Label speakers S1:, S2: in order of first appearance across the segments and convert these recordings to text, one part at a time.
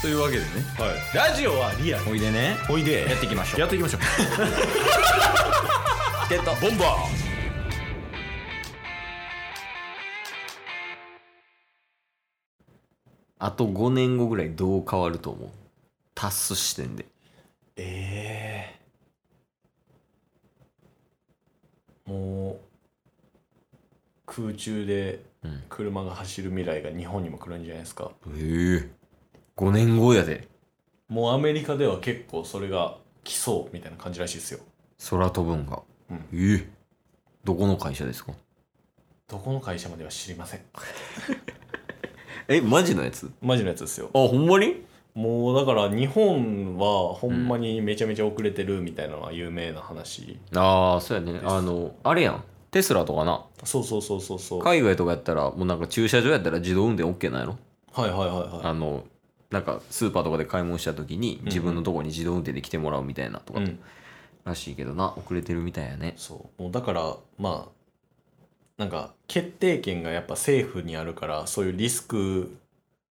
S1: というわけでね
S2: はい、ラジオはリアル
S1: おいでね
S2: おいで
S1: やっていきましょう
S2: やって いきましょう
S1: ってた
S2: ボンバ
S1: あと5年後ぐらいどう変わると思う達す視点で
S2: ーええもう空中で
S1: うん
S2: 車が走る未来が日本にも来るんじゃないですか、
S1: ええ5年後やで
S2: もうアメリカでは結構それが来そうみたいな感じらしいですよ
S1: 空飛ぶんが、
S2: うん
S1: ええどこの会社ですか
S2: どこの会社までは知りません
S1: えマジのやつ
S2: マジのやつですよ
S1: あほんまに
S2: もうだから日本はほんまにめちゃめちゃ遅れてるみたいなのは有名な話、
S1: ああそうやね
S2: です
S1: あのあれやんテスラとかな
S2: そうそうそうそうそうはい
S1: 海外とかやったらもうなんか駐車場やったら自動運転 OK なんやろ
S2: はいはいはい
S1: あのなんかスーパーとかで買い物した時に
S2: ん
S1: 自分のとこに自動運転で来てもらうみたいなとか
S2: うん
S1: らしいけどな遅れてるみたいやね
S2: そうもうだからまあなんか決定権がやっぱ政府にあるからそういうリスク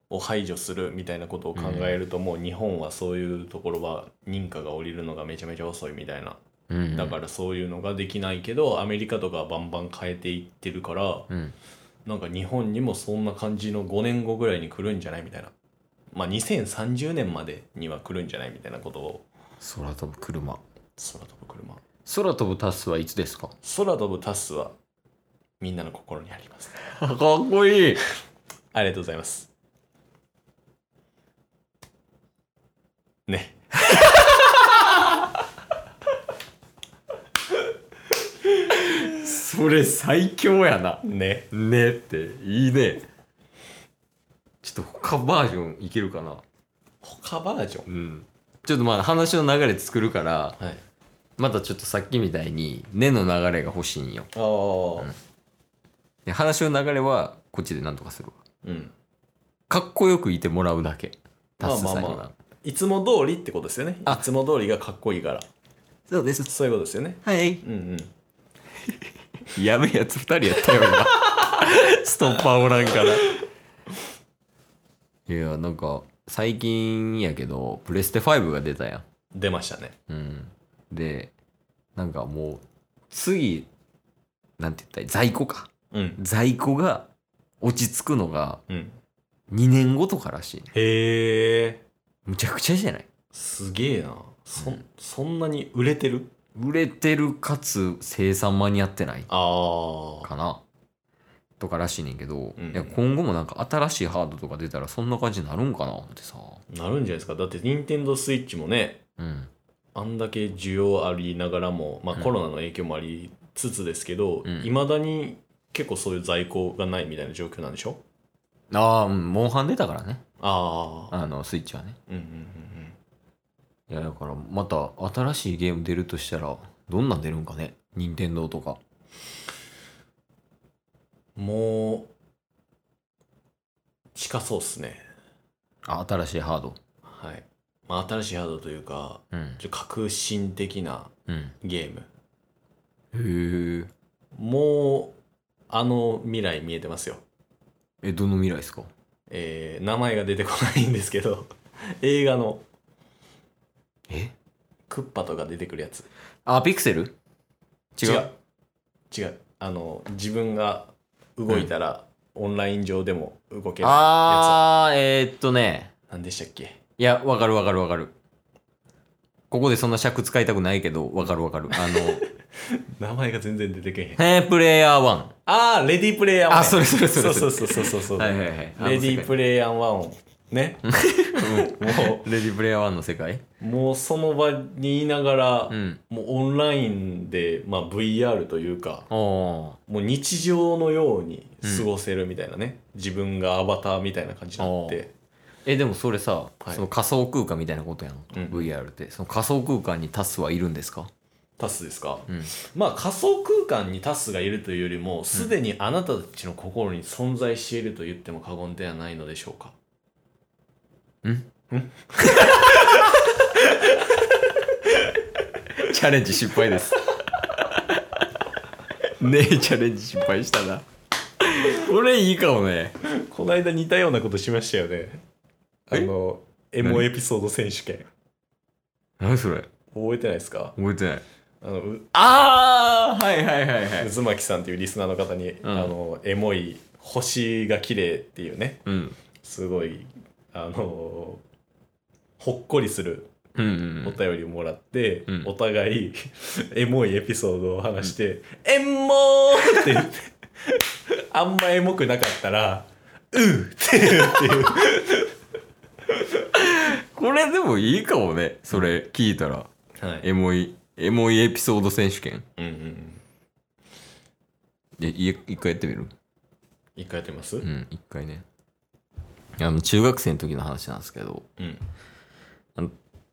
S2: を排除するみたいなことを考えると、もう日本はそういうところは認可が下りるのがめちゃめちゃ遅いみたいな
S1: うん
S2: だからそういうのができないけどアメリカとかはバンバン変えていってるから
S1: うん
S2: なんか日本にもそんな感じの5年後ぐらいに来るんじゃないみたいなまあ2030年までには来るんじゃないみたいなことを
S1: 空飛ぶ車
S2: 空飛ぶ車
S1: 空飛ぶタスはいつですか
S2: 空飛ぶタスはみんなの心にあります
S1: かっこいい
S2: ありがとうございます。ね。
S1: それ最強やな
S2: ね。
S1: ねっていいねちょっと他バージョンいけるかな
S2: 他バージョ
S1: うんちょっとまあ話の流れ作るから
S2: ン。はい。
S1: またちょっとさっきみたいに「ね」の流れが欲しいんよ
S2: ああ。
S1: で話の流れはこっちで何とかするわ
S2: うん。
S1: かっこよくいてもらうだけタスさんには、
S2: まあまあいつも通りってことですよね。
S1: あ
S2: いつも通りがかっこいいから。
S1: そうです
S2: そういうことですよね。
S1: はい
S2: うんうん。
S1: やべえやつ2人やったよ今 ストッパーおらんからいやなんか最近やけどプレステ5が出たや
S2: 出ましたね。
S1: ん、うん、でなんかもう次なんて言ったらいい在庫か
S2: うん。
S1: 在庫が落ち着くのが
S2: うん。
S1: 2年後とからしいね
S2: へえ。
S1: むちゃくちゃじゃない
S2: すげえな。そ、、
S1: うん
S2: そんなに売れてる
S1: 売れてるかつ生産間に合ってない
S2: ああ。
S1: かなとからしいねんけど、
S2: うん
S1: いや今後もなんか新しいハードとか出たらそんな感じになるんかな思ってさ
S2: なるんじゃないですか。だって、任天堂スイッチもね、
S1: うん
S2: あんだけ需要ありながらも、まあ、
S1: うん
S2: コロナの影響もありつつですけど
S1: うん
S2: いま、未だに結構そういう在庫がないみたいな状況なんでしょ
S1: ああうんモンハン出たからね
S2: ああ
S1: あのスイッチはね
S2: うんうん
S1: いやだからまた新しいゲーム出るとしたらどんなん出るんかね任天堂とか
S2: うんうんもう近そうっすね
S1: あ新しいハード
S2: はい、まあ、新しいハードというか
S1: うん
S2: ちょっと革新的な
S1: うん
S2: ゲーム
S1: へえ
S2: もうあの未来見えてますよ
S1: えどの未来ですか
S2: えー名前が出てこないんですけど 映画の
S1: え
S2: クッパとか出てくるやつ
S1: あピクセル違う
S2: 違う違うあの自分が動いたら、オンライン上でも動けるや
S1: ああえー、っとね
S2: つ何でしたっけ
S1: いや、わかるわかるわかる。ここでそんな尺使いたくないけど、わかるわかる。あの、
S2: 名前が全然出てけへん
S1: へープレイヤー1。
S2: ああレディープレイヤー1
S1: あそれそれそれ
S2: そうそうそうそうそう
S1: はいはいはいあの
S2: レディープレイヤー1をねも
S1: レディープレイヤー1の世界
S2: うもうその場にいながら、
S1: うん。
S2: もうオンラインで、まあ、VR というか
S1: お
S2: もう日常のように過ごせるみたいなね、自分がアバターみたいな感じになって
S1: え、でもそれさ、
S2: はい
S1: その仮想空間みたいなことやん。
S2: うん
S1: VR って。その仮想空間にタスはいるんですか
S2: タスですか、
S1: うん。
S2: まあ仮想空間にタスがいるというよりもすでにあなたたちの心に存在していると言っても過言ではないのでしょうか
S1: チャレンジ失敗です。 ねえ、チャレンジ失敗したな。これいいかもね。
S2: この間似たようなことしましたよねあのエモエピソード選手権
S1: 何それ
S2: 覚えてないですか
S1: 覚えてない
S2: あのう
S1: ああはいはいはいは
S2: 渦巻さんっていうリスナーの方に、
S1: ん
S2: あのエモい星が綺麗っていうね
S1: うん
S2: すごいあのほっこりする
S1: うんう
S2: お
S1: ん
S2: 便りをもらって、
S1: うん
S2: お互い エモいエピソードを話して「エンモー!」って言ってあんまエモくなかったら「うーって言うっていう
S1: これでもいいかもねそれ聞いたら
S2: はい
S1: エモいエモいエピソード選手権
S2: うんうんうん
S1: いい一回やってみる
S2: 一回やってみます、
S1: うん一回ねあの中学生の時の話なんですけど
S2: うん
S1: あの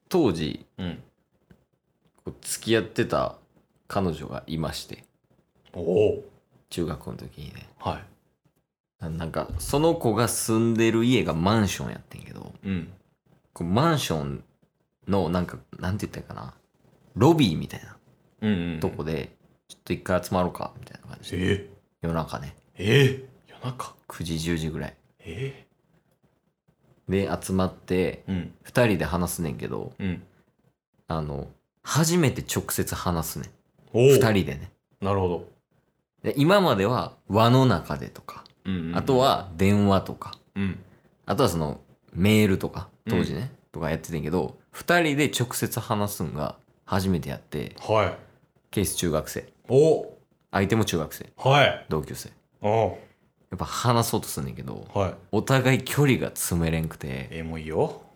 S1: 当時
S2: うん、
S1: こう付き合ってた彼女がいまして
S2: おお
S1: 中学校の時にね
S2: は
S1: あなんかその子が住んでる家がマンションやってんけど
S2: いうん
S1: こうマンションのなんかなんて言ったらいいかなロビーみたいな
S2: うんうん
S1: とこでちょっと一回集まろうかみたいな感じで
S2: え
S1: 夜中ね
S2: ええ夜中
S1: 9時10時ぐらい
S2: え
S1: で集まって
S2: えうん
S1: 2人で話すねんけど
S2: うん
S1: あの初めて直接話すねん
S2: おお
S1: 2人でね
S2: なるほど、
S1: で今までは輪の中でとか
S2: うんうんうん
S1: あとは電話とか
S2: うん
S1: あとはそのメールとか当時ね、とかやっててんけど2人で直接話すんが初めてやって
S2: はい
S1: ケース中学生
S2: お
S1: 相手も中学生
S2: はい
S1: 同級生や
S2: お
S1: っぱ話そうとすんねんけど
S2: はい
S1: お互い距離が詰めれんくて
S2: エモいよ
S1: も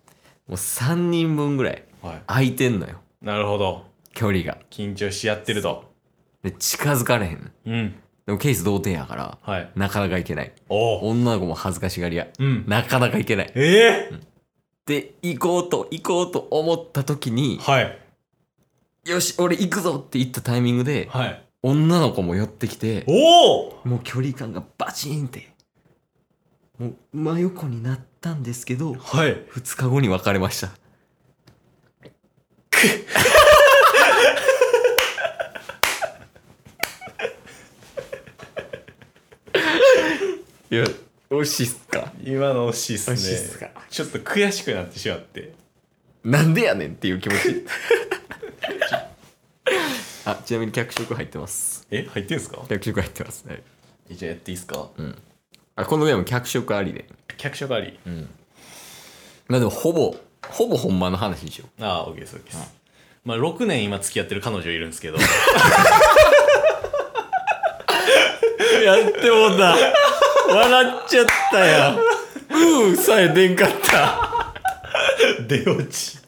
S1: う3人分ぐらい
S2: は
S1: 空いてんのよ
S2: いなるほど
S1: 距離が
S2: 緊張し合ってると
S1: で近づかれへん
S2: うん
S1: でもケース同点やから
S2: はい
S1: なかなかいけない
S2: おお
S1: 女の子も恥ずかしがりや
S2: うん
S1: なかなかいけない
S2: ええ
S1: で行こうと行こうと思った時に
S2: はい
S1: よし俺行くぞって言ったタイミングで
S2: はい
S1: 女の子も寄ってきて
S2: おお
S1: もう距離感がバチーンってもう真横になったんですけど
S2: はい
S1: 2日後に別れましたいや惜しいっすか
S2: 今の惜しいっすね
S1: 惜しいっすか
S2: ちょっと悔しくなってしまって
S1: なんでやねんっていう気持ちあちなみに脚色入ってます
S2: え入ってんすか
S1: 脚色入ってます、はい、
S2: じゃあやっていいっすか
S1: あこのゲーム脚色ありで
S2: 客所があり
S1: まあでもほぼほぼほんまの話でしょ
S2: ああ OK です OK ですまあ6年今付き合ってる彼女いるんですけど
S1: やってもうた笑っちゃったやうんさえ出んかった
S2: 出落ち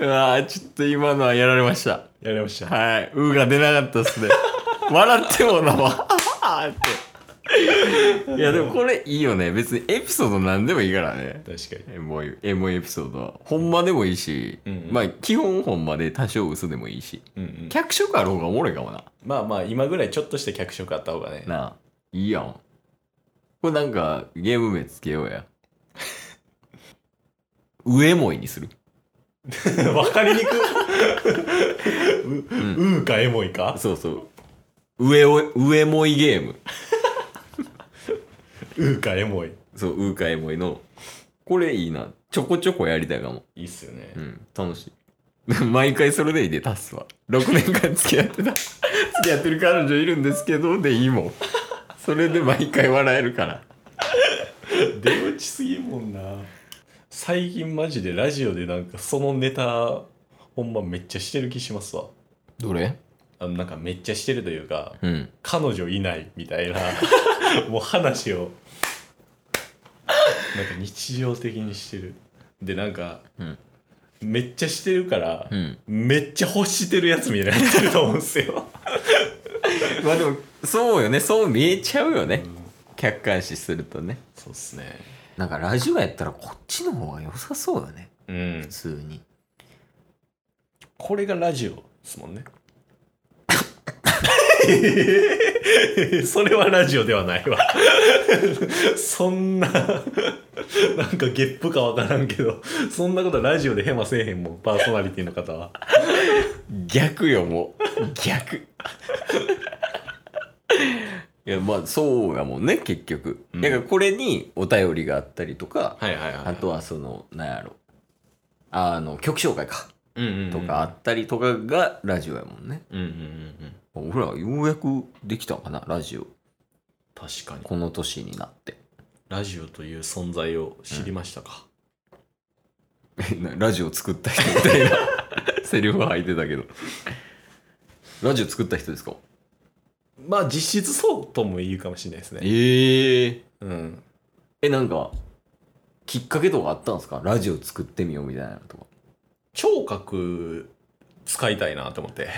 S1: うわーちょっと今のはやられました
S2: やりました
S1: はいうーが出なかったっすね笑ってもうたわあーっていやでもこれいいよね別にエピソードなんでもいいからね
S2: 確か
S1: エモいエモいエピソードはほんまでもいいし、
S2: うんうん
S1: まあ基本ほんまで多少嘘でもいいし
S2: に、うんうん、
S1: 脚色ある方がおもろいかもな
S2: まあまあ今ぐらいちょっとして脚色あった方がね
S1: なあいいやんこれなんかゲーム名つけようや 上もいにする
S2: わかりにく う、うーかエモいか
S1: そうそう上を上もいゲーム
S2: うーかエモい
S1: そううーかえもいのこれいいなちょこちょこやりたいかも
S2: いいっすよね、
S1: うん楽しい 毎回それでいいで足すわ6年間付き合ってた 付き合ってる彼女いるんですけどでいいもんそれで毎回笑えるから
S2: 出落ちすぎもんな最近マジでラジオでなんかそのネタほんまめっちゃしてる気しますわ
S1: どれ
S2: あのなんかめっちゃしてるというか
S1: うん
S2: 彼女いないみたいな もう話をなんか日常的にしてるでなんか
S1: うん
S2: めっちゃしてるから、
S1: うん
S2: めっちゃ欲してるやつみたいになってると思うんですよ
S1: まあでもそうよねそう見えちゃうよね、客観視するとね
S2: そうっすね
S1: なんかラジオやったらこっちの方が良さそうだね
S2: うん
S1: 普通に
S2: これがラジオですもんね それはラジオではないわそんななんかゲップかわからんけどそんなことラジオでヘマせえへんもんパーソナリティの方は
S1: 逆よもう逆いやまあそうやもんね結局、
S2: うん
S1: だからこれにお便りがあったりとか、
S2: はいはいはい
S1: あとはそのなんやろあの曲紹介か
S2: うんうんうん
S1: とかあったりとかがラジオやもんね、
S2: うんうんうんうん
S1: ほらようやくできたんかなラジオ
S2: 確かに
S1: この年になって
S2: ラジオという存在を知りましたか、
S1: ラジオ作った人み たいなセリフは入ってたけどラジオ作った人ですか
S2: まあ実質そうとも言うかもしれないですね
S1: ええ
S2: うん
S1: えなんかきっかけとかあったんですかラジオ作ってみようみたいなのとか
S2: 聴覚使いたいなと思って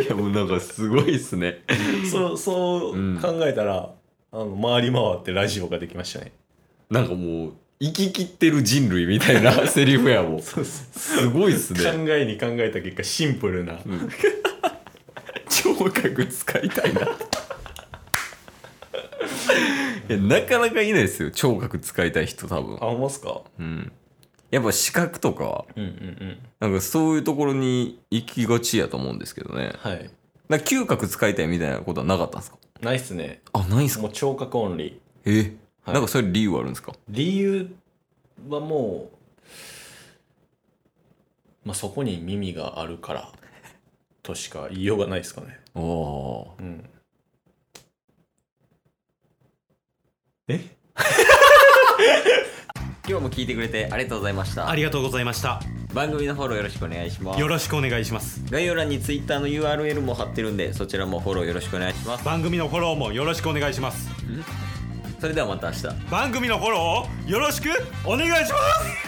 S1: いやもうなんかすごいっすね
S2: そうそう
S1: うん
S2: 考えたら、あの回り回ってラジオができましたね
S1: なんかもう生ききってる人類みたいな セリフやもん
S2: そうです
S1: すごいっす
S2: 考
S1: ね
S2: えに考えた結果シンプルな
S1: うん聴覚使いた いないやなかなかいないですよ聴覚使いたい人多分
S2: あほんまっすか
S1: うんやっぱ視覚とか
S2: うんうんうん
S1: なんかそういうところに行きがちやと思うんですけどね
S2: はい
S1: なんか嗅覚使いたいみたいなことはなかったんですか
S2: ないっすね
S1: あないんすか
S2: もう聴覚オンリー
S1: え
S2: はい
S1: なんかそれ理由あるんですか
S2: 理由はもう、まあ、そこに耳があるからとしか言いようがないですかね
S1: おお
S2: うんえ
S1: 今日も聞いてくれてありがとうございました
S3: ありがとうございました
S1: 番組のフォローよろしくお願いします
S3: よろしくお願いします
S1: 概要欄に Twitter の URL も貼ってるんでそちらもフォローよろしくお願いします
S3: 番組のフォローもよろしくお願いします
S1: それではまた明日
S3: 番組のフォローをよろしくお願いします